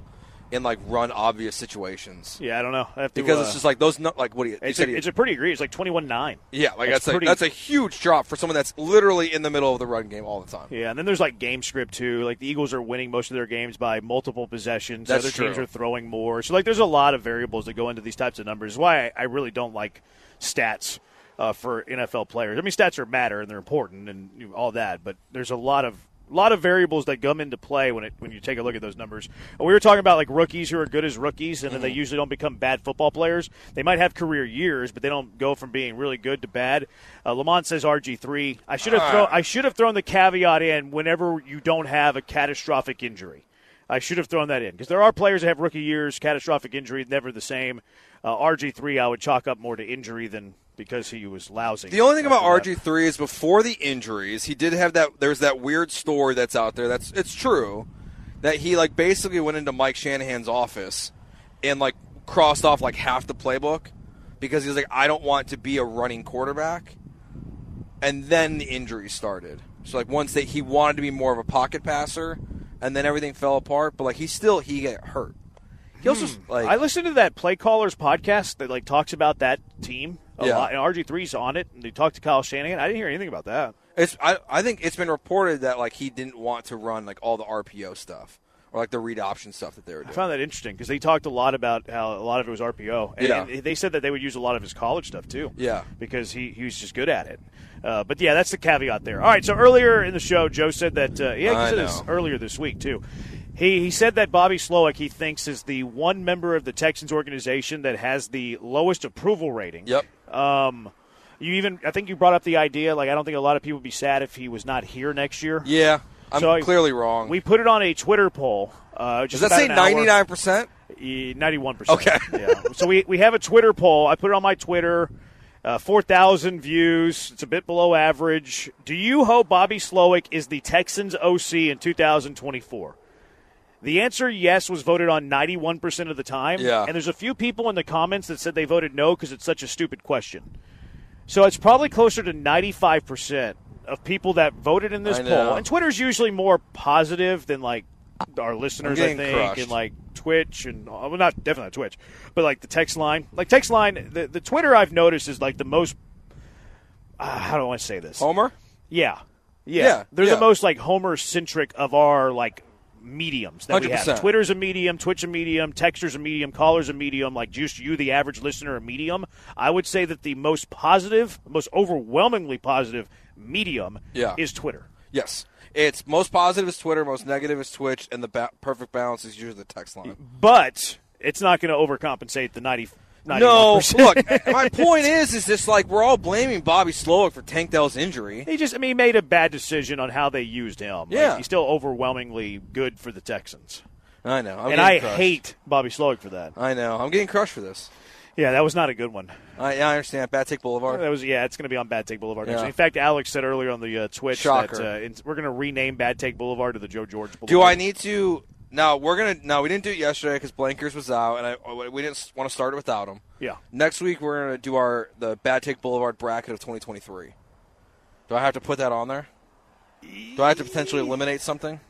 S6: in like run obvious situations.
S5: yeah, I don't know. I have to,
S6: Because
S5: uh,
S6: it's just like those, nu- like what do you? you
S5: it's
S6: said
S5: a,
S6: he-
S5: it's a pretty agree. It's like twenty one nine.
S6: yeah, like
S5: it's
S6: that's a,
S5: pretty-
S6: that's a huge drop for someone that's literally in the middle of the run game all the time.
S5: Yeah, and then there's like game script too. Like the Eagles are winning most of their games by multiple possessions.
S6: That's
S5: Other teams
S6: true.
S5: are throwing more. So like there's a lot of variables that go into these types of numbers. It's Why I, I really don't like stats uh, for NFL players. I mean stats are matter and they're important and you know, all that, but there's a lot of lot of variables that come into play when it when you take a look at those numbers. And we were talking about like rookies who are good as rookies and then
S6: Mm-hmm.
S5: they usually don't become bad football players. They might have career years, but they don't go from being really good to bad. Uh, Lamont says RG3. I should have
S6: Ah.
S5: thrown I should have thrown the caveat in whenever you don't have a catastrophic injury. I should have thrown that in because there are players that have rookie years, catastrophic injury, never the same. Uh, RG three, I would chalk up more to injury than because he was lousy.
S6: The only thing about
S5: after
S6: RG three is before the injuries, he did have that. There's that weird story that's out there. That's it's true that he like basically went into Mike Shanahan's office and like crossed off like half the playbook because he was like, I don't want to be a running quarterback. And then the injuries started. So like once that he wanted to be more of a pocket passer, and then everything fell apart. But like he still he got hurt. He also
S5: that.
S6: like
S5: I listened to that play callers podcast that like talks about that team a
S6: Yeah.
S5: lot, and RG 3s on it, and they talked to Kyle Shanahan. I didn't hear anything about that.
S6: It's I, I think it's been reported that like he didn't want to run like all the RPO stuff or like the read option stuff that they were
S5: I
S6: doing.
S5: found that interesting because they talked a lot about how a lot of it was RPO, and,
S6: Yeah.
S5: and they said that they would use a lot of his college stuff too.
S6: Yeah.
S5: because he, he was just good at it. Uh, but yeah, that's the caveat there. All right, so earlier in the show, Joe said that uh, yeah,
S6: I
S5: he said this
S6: know.
S5: earlier this week too. He he said that Bobby Slowick he thinks is the one member of the Texans organization that has the lowest approval rating.
S6: Yep.
S5: Um, you even I think you brought up the idea like I don't think a lot of people would be sad if he was not here next year.
S6: Yeah, I'm
S5: So I-
S6: clearly wrong.
S5: We put it on a Twitter poll. Uh,
S6: Does
S5: just
S6: that
S5: about
S6: say
S5: an hour-
S6: 99 percent?
S5: E, Ninety-one percent.
S6: Okay.
S5: yeah. So we we have a Twitter poll. I put it on my Twitter. Uh, Four thousand views. It's a bit below average. Do you hope Bobby Slowick is the Texans OC in 2024? The answer yes was voted on 91% of the time.
S6: Yeah.
S5: And there's a few people in the comments that said they voted no because it's such a stupid question. So it's probably closer to 95% of people that voted in this
S6: I know.
S5: poll. And Twitter's usually more positive than like our listeners, I
S6: getting
S5: think,
S6: crushed.
S5: and like Twitch and uh, well, not definitely not Twitch, but like the text line. Like text line, the, the Twitter I've noticed is like the most. Uh, how do I say this?
S6: Homer?
S5: Yeah. Yeah.
S6: Yeah,
S5: They're
S6: yeah.
S5: the most like Homer centric of our like mediums that we
S6: 100%.
S5: have. Twitter's a medium, Twitch a medium, Texter's a medium, caller's a medium, like just you, the average listener, a medium. I would say that the most positive, most overwhelmingly positive medium
S6: Yeah.
S5: is Twitter.
S6: Yes. It's most positive is Twitter, most negative is Twitch, and the ba- perfect balance is usually the text line.
S5: But it's not going to overcompensate the 90
S6: No,
S5: 91%.
S6: look, [LAUGHS] my point is, is this like we're all blaming Bobby Slowick for Tank Dell's injury?
S5: He just, I mean, he made a bad decision on how they used him. Like,
S6: Yeah.
S5: he's still overwhelmingly good for the Texans.
S6: I know, I'm
S5: and
S6: getting
S5: I
S6: crushed.
S5: hate Bobby Slowick for that.
S6: I know, I'm getting crushed for this.
S5: Yeah, that was not a good one.
S6: I, I understand. Bad Take Boulevard.
S5: That was yeah. It's going to be on Bad Take Boulevard. next
S6: Yeah.
S5: week. In fact, Alex said earlier on the uh, Twitch
S6: Shocker.
S5: that uh, it's, we're going to rename Bad Take Boulevard to the Joe George Boulevard.
S6: Do I need to? No, we're gonna. No, we didn't do it yesterday because Blankers was out, and I we didn't want to start it without him.
S5: Yeah.
S6: Next week we're gonna do our the Bad Take Boulevard bracket of 2023. Do I have to put that on there? Do I have to potentially eliminate something?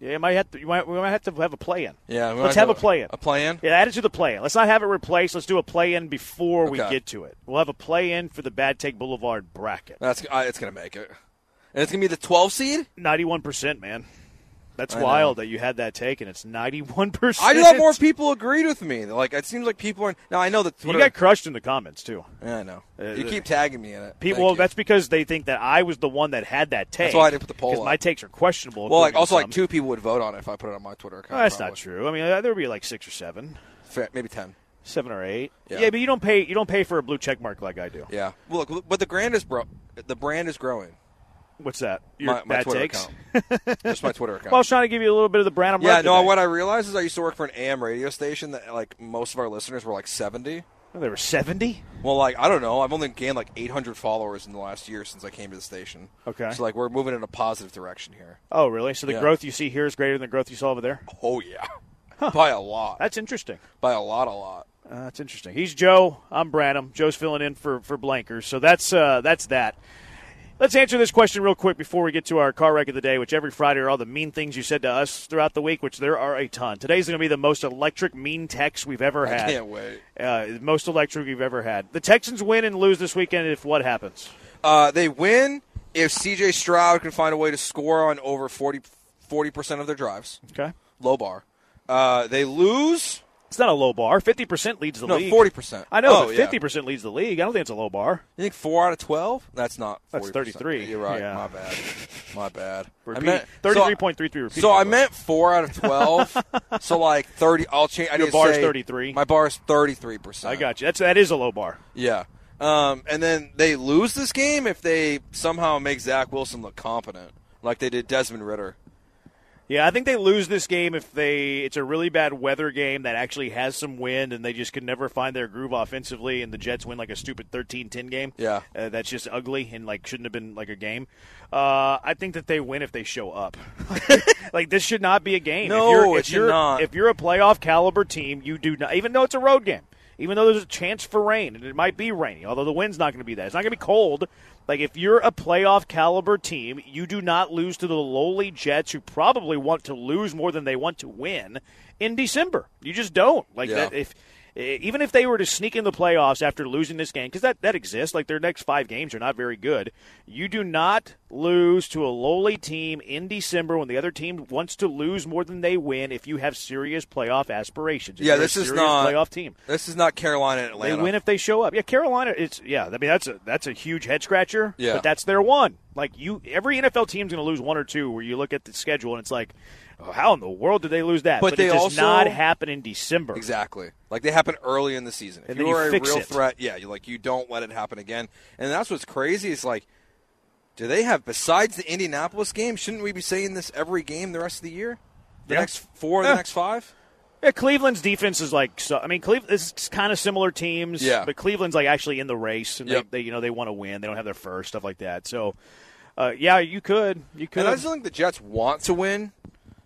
S5: Yeah, you might have to. You might, we might have to have a play in.
S6: Yeah. we
S5: Let's
S6: might
S5: have a play-in.
S6: A play in.
S5: Yeah, add it to the play in. Let's not have it replaced. Let's do a play in before we
S6: Okay.
S5: get to it. We'll have a play in for the Bad Take Boulevard bracket.
S6: That's I, it's gonna make it, and it's gonna be the 12 seed.
S5: Ninety-one percent, man. That's
S6: I know.
S5: wild that you had that take, and it's ninety-one percent.
S6: I
S5: [LAUGHS]
S6: thought more people agreed with me. Like it seems like people are now. I know that
S5: You
S6: Twitter.
S5: got crushed in the comments too.
S6: yeah, I know.
S5: Uh,
S6: you
S5: the-
S6: keep tagging me in it.
S5: People,
S6: Thank
S5: well,
S6: you.
S5: that's because they think that I was the one that had that take.
S6: That's why I didn't put the poll
S5: Because
S6: up.
S5: my takes are questionable.
S6: well, like
S5: according to
S6: also like
S5: some.
S6: two people would vote on it if I put it on my Twitter account.
S5: Well, that's
S6: probably.
S5: not true. I mean, uh, there would be like six or seven,
S6: Fair- Maybe 10.
S5: seven or eight.
S6: Yeah.
S5: Yeah, but you don't pay you don't pay for a blue check mark like I do.
S6: Yeah. Well, look, but the brand is bro. The brand is growing.
S5: What's that? Your
S6: My, my
S5: bad
S6: Twitter
S5: takes.
S6: account. Just my Twitter account.
S5: [LAUGHS] Well, I was trying to give you a little bit of the brand. I'm
S6: yeah.
S5: repping
S6: No.
S5: today.
S6: What I realized is I used to work for an AM radio station that like most of our listeners were like seventy,
S5: Well, there were 70?
S6: Well, like I don't know. I've only gained like 800 followers in the last year since I came to the station.
S5: Okay.
S6: So like we're moving in a positive direction here.
S5: Oh, really? So the
S6: Yeah.
S5: growth you see here is greater than the growth you saw over there?
S6: Oh yeah. [LAUGHS] By a lot.
S5: That's interesting.
S6: By a lot, a lot.
S5: Uh, that's interesting. He's Joe. I'm Branham. Joe's filling in for for Blankers. So that's uh, that's that. Let's answer this question real quick before we get to our car wreck of the day, which every Friday are all the mean things you said to us throughout the week, which there are a ton. Today's going to be the most electric mean text we've ever
S6: I
S5: had.
S6: can't wait.
S5: Uh, most electric we've ever had. The Texans win and lose this weekend if what happens?
S6: Uh, they win if C.J. Stroud can find a way to score on over 40 percent of their drives.
S5: Okay.
S6: Low bar. Uh, they lose.
S5: It's not a low bar. 50% leads the
S6: No,
S5: league.
S6: 40%.
S5: I know,
S6: Oh,
S5: but
S6: yeah.
S5: 50% leads the league. I don't think it's a low bar.
S6: You think four out of twelve? That's not. 40%.
S5: That's 33.
S6: You're right.
S5: Yeah.
S6: My bad. My
S5: [LAUGHS]
S6: bad. I
S5: Repeat.
S6: meant- so-
S5: 33.33 repeat.
S6: So I meant four
S5: [LAUGHS]
S6: out of twelve. so like thirty. I'll change. I
S5: Your
S6: need to
S5: bar is
S6: say-
S5: 33.
S6: My bar is thirty-three percent.
S5: I got you. That's that is a low bar.
S6: Yeah. Um, and then they lose this game if they somehow make Zach Wilson look competent, like they did Desmond Ritter.
S5: Yeah, I think they lose this game if they it's a really bad weather game that actually has some wind and they just could never find their groove offensively and the Jets win like a stupid 13-10 game.
S6: Yeah.
S5: Uh, that's just ugly and like shouldn't have been like a game. Uh, I think that they win if they show up. [LAUGHS] like this should not be a game.
S6: No,
S5: if you're,
S6: it
S5: if
S6: should
S5: you're,
S6: not.
S5: If you're a playoff caliber team, you do not even though it's a road game. Even though there's a chance for rain, and it might be rainy, although the wind's not going to be that. It's not going to be cold. Like if you're a playoff caliber team, you do not lose to the lowly Jets who probably want to lose more than they want to win in December. You just don't. Like
S6: Yeah.
S5: that if eh, even if they were to sneak in the playoffs after losing this game, because that, that exists, like their next five games are not very good, you do not lose to a lowly team in December when the other team wants to lose more than they win if you have serious playoff aspirations. If
S6: Yeah,
S5: you're a
S6: this is
S5: serious
S6: not
S5: playoff team.
S6: This is not Carolina and Atlanta.
S5: They win if they show up. Yeah, Carolina. It's yeah. I mean, that's a that's a huge head scratcher.
S6: Yeah.
S5: but that's their one. Like you, every NFL team's going to lose one or two. Where you look at the schedule and it's like, oh, how in the world did they lose that?
S6: But they
S5: it does
S6: also-
S5: not happen in December.
S6: Exactly. Like they happen early in the season. If
S5: And
S6: you
S5: then you
S6: are a
S5: fix
S6: real
S5: it.
S6: threat, yeah, you like you don't let it happen again. And that's what's crazy is like do they have besides the Indianapolis game, shouldn't we be saying this every game the rest of the year? The
S5: Yeah.
S6: next four,
S5: Yeah.
S6: the next five?
S5: Yeah, Cleveland's defense is like. So, I mean, Cleveland is kind of similar teams.
S6: Yeah.
S5: but Cleveland's like actually in the race, and
S6: Yep.
S5: they, they you know they want to win. They don't have their first stuff like that. So, uh, yeah, you could, you could.
S6: And I still think the Jets want to win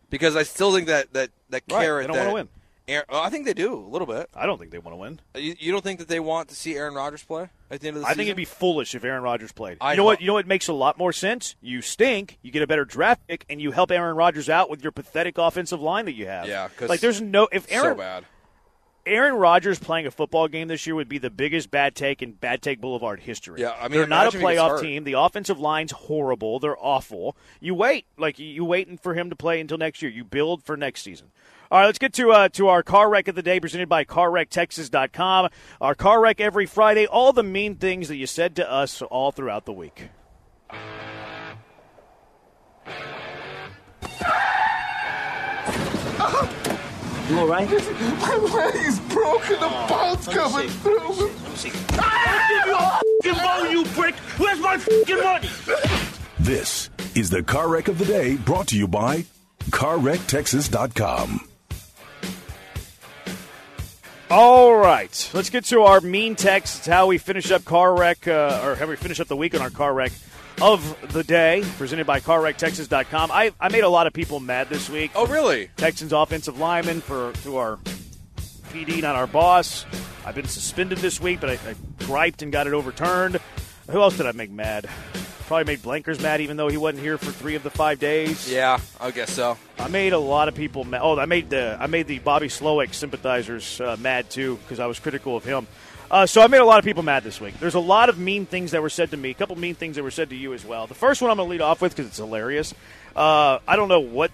S6: because I still think that that that
S5: Right, they
S6: carrot
S5: don't
S6: that
S5: wanna win.
S6: Aaron- oh, I think they do a little bit.
S5: I don't think they want to win.
S6: You, you don't think that they want to see Aaron Rodgers play at the end of the
S5: I
S6: season?
S5: think it'd be foolish if Aaron Rodgers played.
S6: I
S5: you know what?
S6: know.
S5: You know what makes a lot more sense. You stink. You get a better draft pick, and you help Aaron Rodgers out with your pathetic offensive line that you have.
S6: Yeah, 'cause
S5: like there's no if Aaron
S6: so bad.
S5: Aaron Rodgers playing a football game this year would be the biggest bad take in Bad Take Boulevard history.
S6: Yeah, I mean,
S5: they're not a
S6: imagine if he gets
S5: playoff
S6: hurt.
S5: team. The offensive line's horrible. They're awful. You wait, like you- you waiting for him to play until next year. You build for next season. All right, let's get to uh, to our car wreck of the day, presented by CarWreckTexas.com. Our car wreck every Friday. All the mean things that you said to us all throughout the week.
S11: You all right?
S12: My leg is broken. The boat's coming through.
S11: Let me see. I give you a fucking bone, you prick. Where's my fucking money?
S1: This is the Car Wreck of the Day brought to you by CarWreckTexas.com.
S5: All right, let's get to our mean text. It's how we finish up car wreck, uh, or how we finish up the week on our car wreck of the day, presented by CarWreckTexas.com. I, I made a lot of people mad this week.
S6: Oh, really?
S5: Texans offensive lineman for to our PD, not our boss. I've been suspended this week, but I, I griped and got it overturned. Who else did I make mad? Probably made Blankers mad, even though he wasn't here for three of the five days.
S6: Yeah, I guess so. [LAUGHS]
S5: I made a lot of people mad. Oh, I made the I made the Bobby Slowick sympathizers uh, mad too because I was critical of him. Uh, so I made a lot of people mad this week. There's a lot of mean things that were said to me. A couple mean things that were said to you as well. The first one I'm going to lead off with because it's hilarious. Uh, I don't know what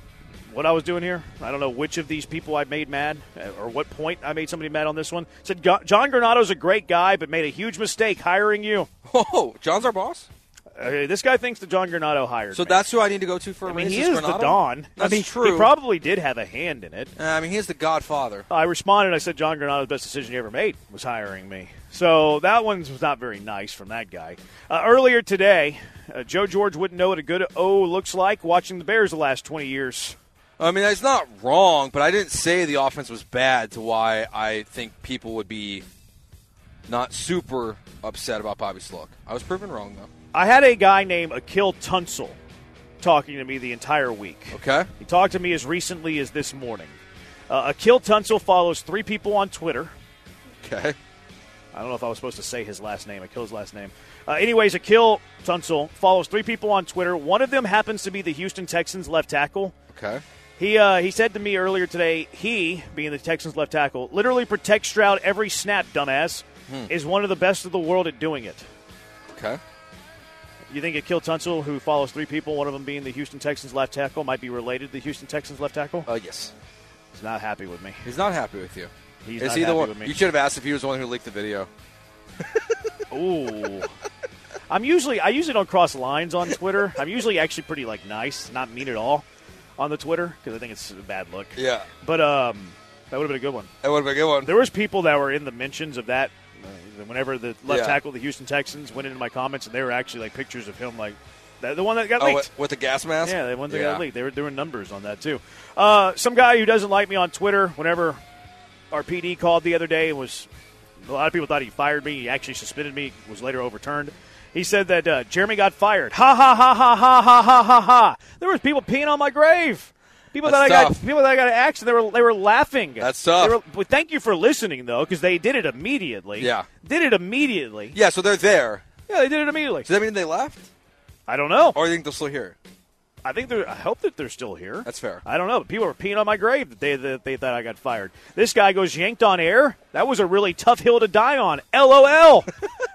S5: what I was doing here. I don't know which of these people I made mad uh, or what point I made somebody mad on this one. Said "Go- John Granado's a great guy, but made a huge mistake hiring you.
S6: Oh, John's our boss.
S5: Uh, this guy thinks that John Granado hired.
S6: So
S5: me.
S6: that's who I need to go to for a
S5: I mean,
S6: raise
S5: he
S6: is
S5: is the
S6: Granado?
S5: Don.
S6: That's
S5: I mean,
S6: true.
S5: He probably did have a hand in it.
S6: Uh, I mean, he's the Godfather.
S5: I responded. I said, John Granado's best decision he ever made was hiring me. So that one was not very nice from that guy. Uh, earlier today, uh, Joe George wouldn't know what a good O looks like watching the Bears the last 20 years.
S6: I mean, that's not wrong, but I didn't say the offense was bad to why I think people would be not super upset about Bobby Slug. I was proven wrong though.
S5: I had a guy named Akil Tunsil talking to me the entire week.
S6: Okay.
S5: He talked to me as recently as this morning. Uh, Akil Tunsil follows three people on Twitter.
S6: Okay.
S5: I don't know if I was supposed to say his last name, Akil's last name. Uh, anyways, Akil Tunsil follows three people on Twitter. One of them happens to be the Houston Texans left tackle.
S6: Okay.
S5: He uh, he said to me earlier today, he being the Texans left tackle, literally protects Stroud every snap, dumbass.
S6: Hmm.
S5: Is one of the best of the world at doing it.
S6: Okay.
S5: You think Akil Tunsil, who follows three people, one of them being the Houston Texans left tackle, might be related to the Houston Texans left tackle?
S6: Uh, yes.
S5: He's not happy with me.
S6: He's not happy with you.
S5: He's
S6: Is
S5: not
S6: he the
S5: happy
S6: one?
S5: with me.
S6: You should have asked if he was the one who leaked the video.
S5: Ooh. I'm usually I usually don't cross lines on Twitter. I'm usually actually pretty like nice, not mean at all on the Twitter because I think it's a bad look.
S6: Yeah.
S5: But um, that would have been a good one.
S6: That would have been a good one.
S5: There was people that were in the mentions of that. uh, Whenever the left
S6: Yeah.
S5: tackle, of the Houston Texans, went into my comments, and they were actually like pictures of him, like that, the one that got
S6: Oh,
S5: leaked.
S6: with, with the gas mask.
S5: Yeah, the ones that
S6: Yeah.
S5: got leaked. They were doing numbers on that too. Uh, some guy who doesn't like me on Twitter. Whenever our PD called the other day and was, a lot of people thought he fired me. He actually suspended me. Was later overturned. He said that uh, Jeremy got fired. Ha ha ha ha ha ha ha ha ha. There was people peeing on my grave. People
S6: That's
S5: that I
S6: tough.
S5: got people that I got an accident. They were they were laughing. That's
S6: tough.
S5: but thank you for listening though, because they did it immediately.
S6: Yeah.
S5: did it immediately.
S6: Yeah, so they're there.
S5: Yeah, they did it immediately.
S6: Does that mean they left?
S5: I don't know.
S6: Or do you think they're still here?
S5: I think they're. I hope that they're still here.
S6: That's fair.
S5: I don't know. But people were peeing on my grave the day that they thought I got fired. This guy goes yanked on air. That was a really tough hill to die on.
S6: [LAUGHS]
S5: LOL.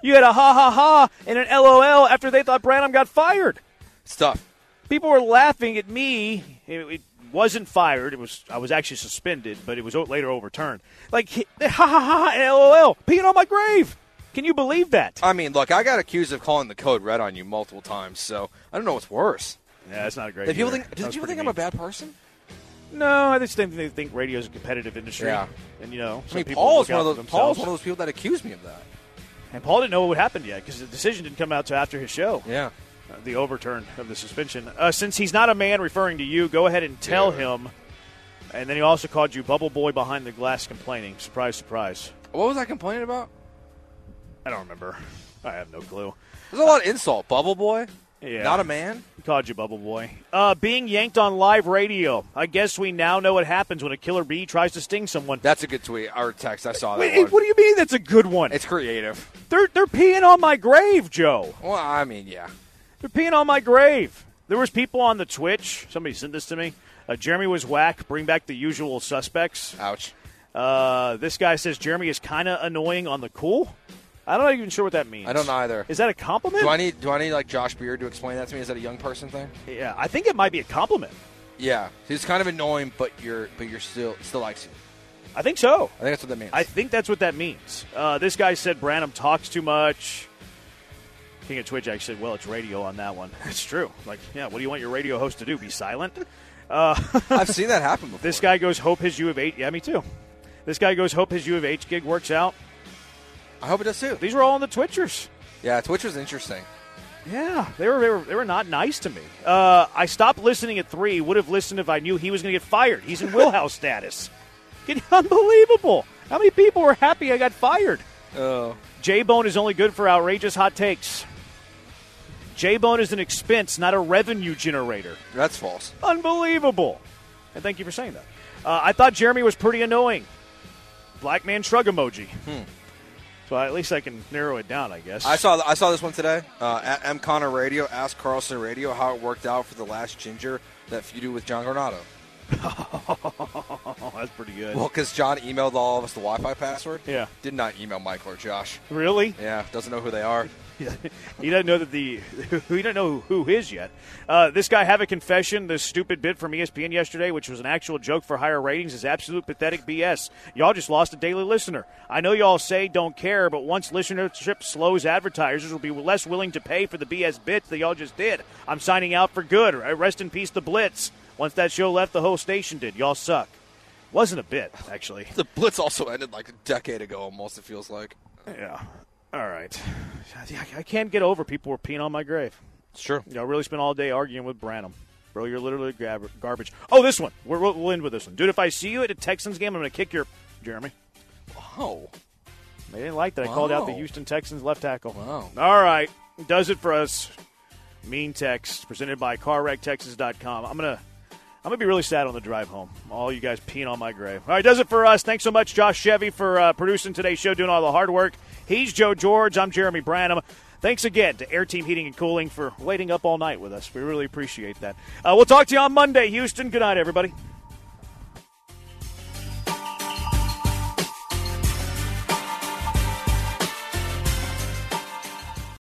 S5: you had a ha ha ha and an LOL after they thought Branham got fired.
S6: It's tough.
S5: People were laughing at me. It, it wasn't fired. It was I was actually suspended, but it was o- later overturned. Like he- ha ha ha and LOL peeing on my grave. Can you believe that?
S6: I mean, look, I got accused of calling the code red on you multiple times, so I don't know what's worse.
S5: Yeah, that's not a great.
S6: Did people
S5: either.
S6: think?
S5: That
S6: Did
S5: was
S6: people
S5: pretty
S6: think I'm a bad person?
S5: No, I just think they think radio is a competitive industry.
S6: Yeah.
S5: And, you know,
S6: I
S5: some
S6: mean,
S5: people
S6: Paul's
S5: look
S6: one
S5: out
S6: of
S5: for
S6: those. Paul's
S5: themselves.
S6: one of those people that accused me of that.
S5: And Paul didn't know what would happen yet because the decision didn't come out till after his show.
S6: Yeah.
S5: Uh, the overturn of the suspension. Uh, since he's not a man referring to you, go ahead and tell him. And then he also called you Bubble Boy behind the glass complaining. Surprise, surprise.
S6: What was I complaining about?
S5: I don't remember. I have no clue.
S6: There's a lot of insult. Bubble boy.
S5: Yeah.
S6: Not a man.
S5: He called you Bubble Boy. Uh, being yanked on live radio. I guess we now know what happens when a killer bee tries to sting someone.
S6: That's a good tweet or text. I saw that
S5: Wait,
S6: one.
S5: what do you mean that's a good one?
S6: It's creative.
S5: They're, they're peeing on my grave, Joe.
S6: Well, I mean, yeah.
S5: They're peeing on my grave. There was people on the Twitch. Somebody sent this to me. Uh, Jeremy was whack. Bring back the usual suspects.
S6: Ouch.
S5: Uh, this guy says Jeremy is kind of annoying on the cool. I'm not even sure what that means.
S6: I don't know either.
S5: Is that a compliment?
S6: Do I need do I need like Josh Beard to explain that to me? Is that a young person thing?
S5: yeah, I think it might be a compliment.
S6: Yeah. He's kind of annoying, but you're but you're still still likes you.
S5: I think so.
S6: I think that's what that means.
S5: I think that's what that means. Uh, this guy said Branham talks too much. King of Twitch actually said, well, it's radio on that one. [LAUGHS] It's true. Like, yeah, what do you want your radio host to do? Be silent? Uh,
S6: I've seen that happen before.
S5: [LAUGHS] This guy goes, hope his U of H. Yeah, me too. This guy goes, hope his U of H gig works out.
S6: I hope it does too.
S5: These were all on the Twitchers.
S6: Yeah, Twitch was interesting.
S5: Yeah, they were they were, they were not nice to me. Uh, I stopped listening at three. Would have listened if I knew he was going to get fired. He's in Willhouse status. Get, unbelievable. How many people were happy I got fired?
S6: Oh.
S5: J Bone is only good for outrageous hot takes. J Bone is an expense, not a revenue generator.
S6: That's false.
S5: Unbelievable. And thank you for saying that. Uh, I thought Jeremy was pretty annoying. Black man shrug emoji. So at least I can narrow it down, I guess.
S6: Hmm.
S5: [LAUGHS]
S6: I saw I saw this one today. Uh, at M Connor Radio asked Carlson Radio how it worked out for the last ginger that feuded with John Granado.
S5: Oh, that's pretty good.
S6: Well, because John emailed all of us the Wi-Fi password.
S5: Yeah.
S6: Did not email Michael or Josh.
S5: really?
S6: Yeah. Doesn't know who they are.
S5: He doesn't know that the [LAUGHS] he doesn't know who is yet. Uh, this guy have a confession. This stupid bit from E ESPN yesterday, which was an actual joke for higher ratings, is absolute pathetic BS. Y'all just lost a daily listener. I know y'all say don't care, but once listenership slows, advertisers will be less willing to pay for the BS bits that y'all just did. I'm signing out for good. Uh, Rest in peace, the Blitz. Once that show left, the whole station did. Y'all suck. Wasn't a bit actually.
S6: The Blitz also ended like a decade ago, almost. It feels like.
S5: Yeah. All right. I- I can't get over people were peeing on my grave.
S6: It's true.
S5: You know, really spent all day arguing with Branham. Bro, you're literally gab- garbage. Oh, this one. We're,
S6: Oh.
S5: we'll, we'll end with this one. Dude, if I see you at a Texans game, I'm going to kick your. Jeremy.
S6: Wow.
S5: They didn't like that. I called out the
S6: Wow.
S5: Houston Texans left tackle.
S6: Wow.
S5: All right. Does it for us. Mean text presented by carwrecktexas.com. I'm going to I'm going to be really sad on the drive home. All you guys peeing on my grave. All right, does it for us. Thanks so much Josh Chevy for uh, producing today's show, doing all the hard work. He's Joe George, I'm Jeremy Branham. Thanks again to Air Team Heating and Cooling for waiting up all night with us. We really appreciate that. Uh, we'll talk to you on Monday, Houston. Good night everybody.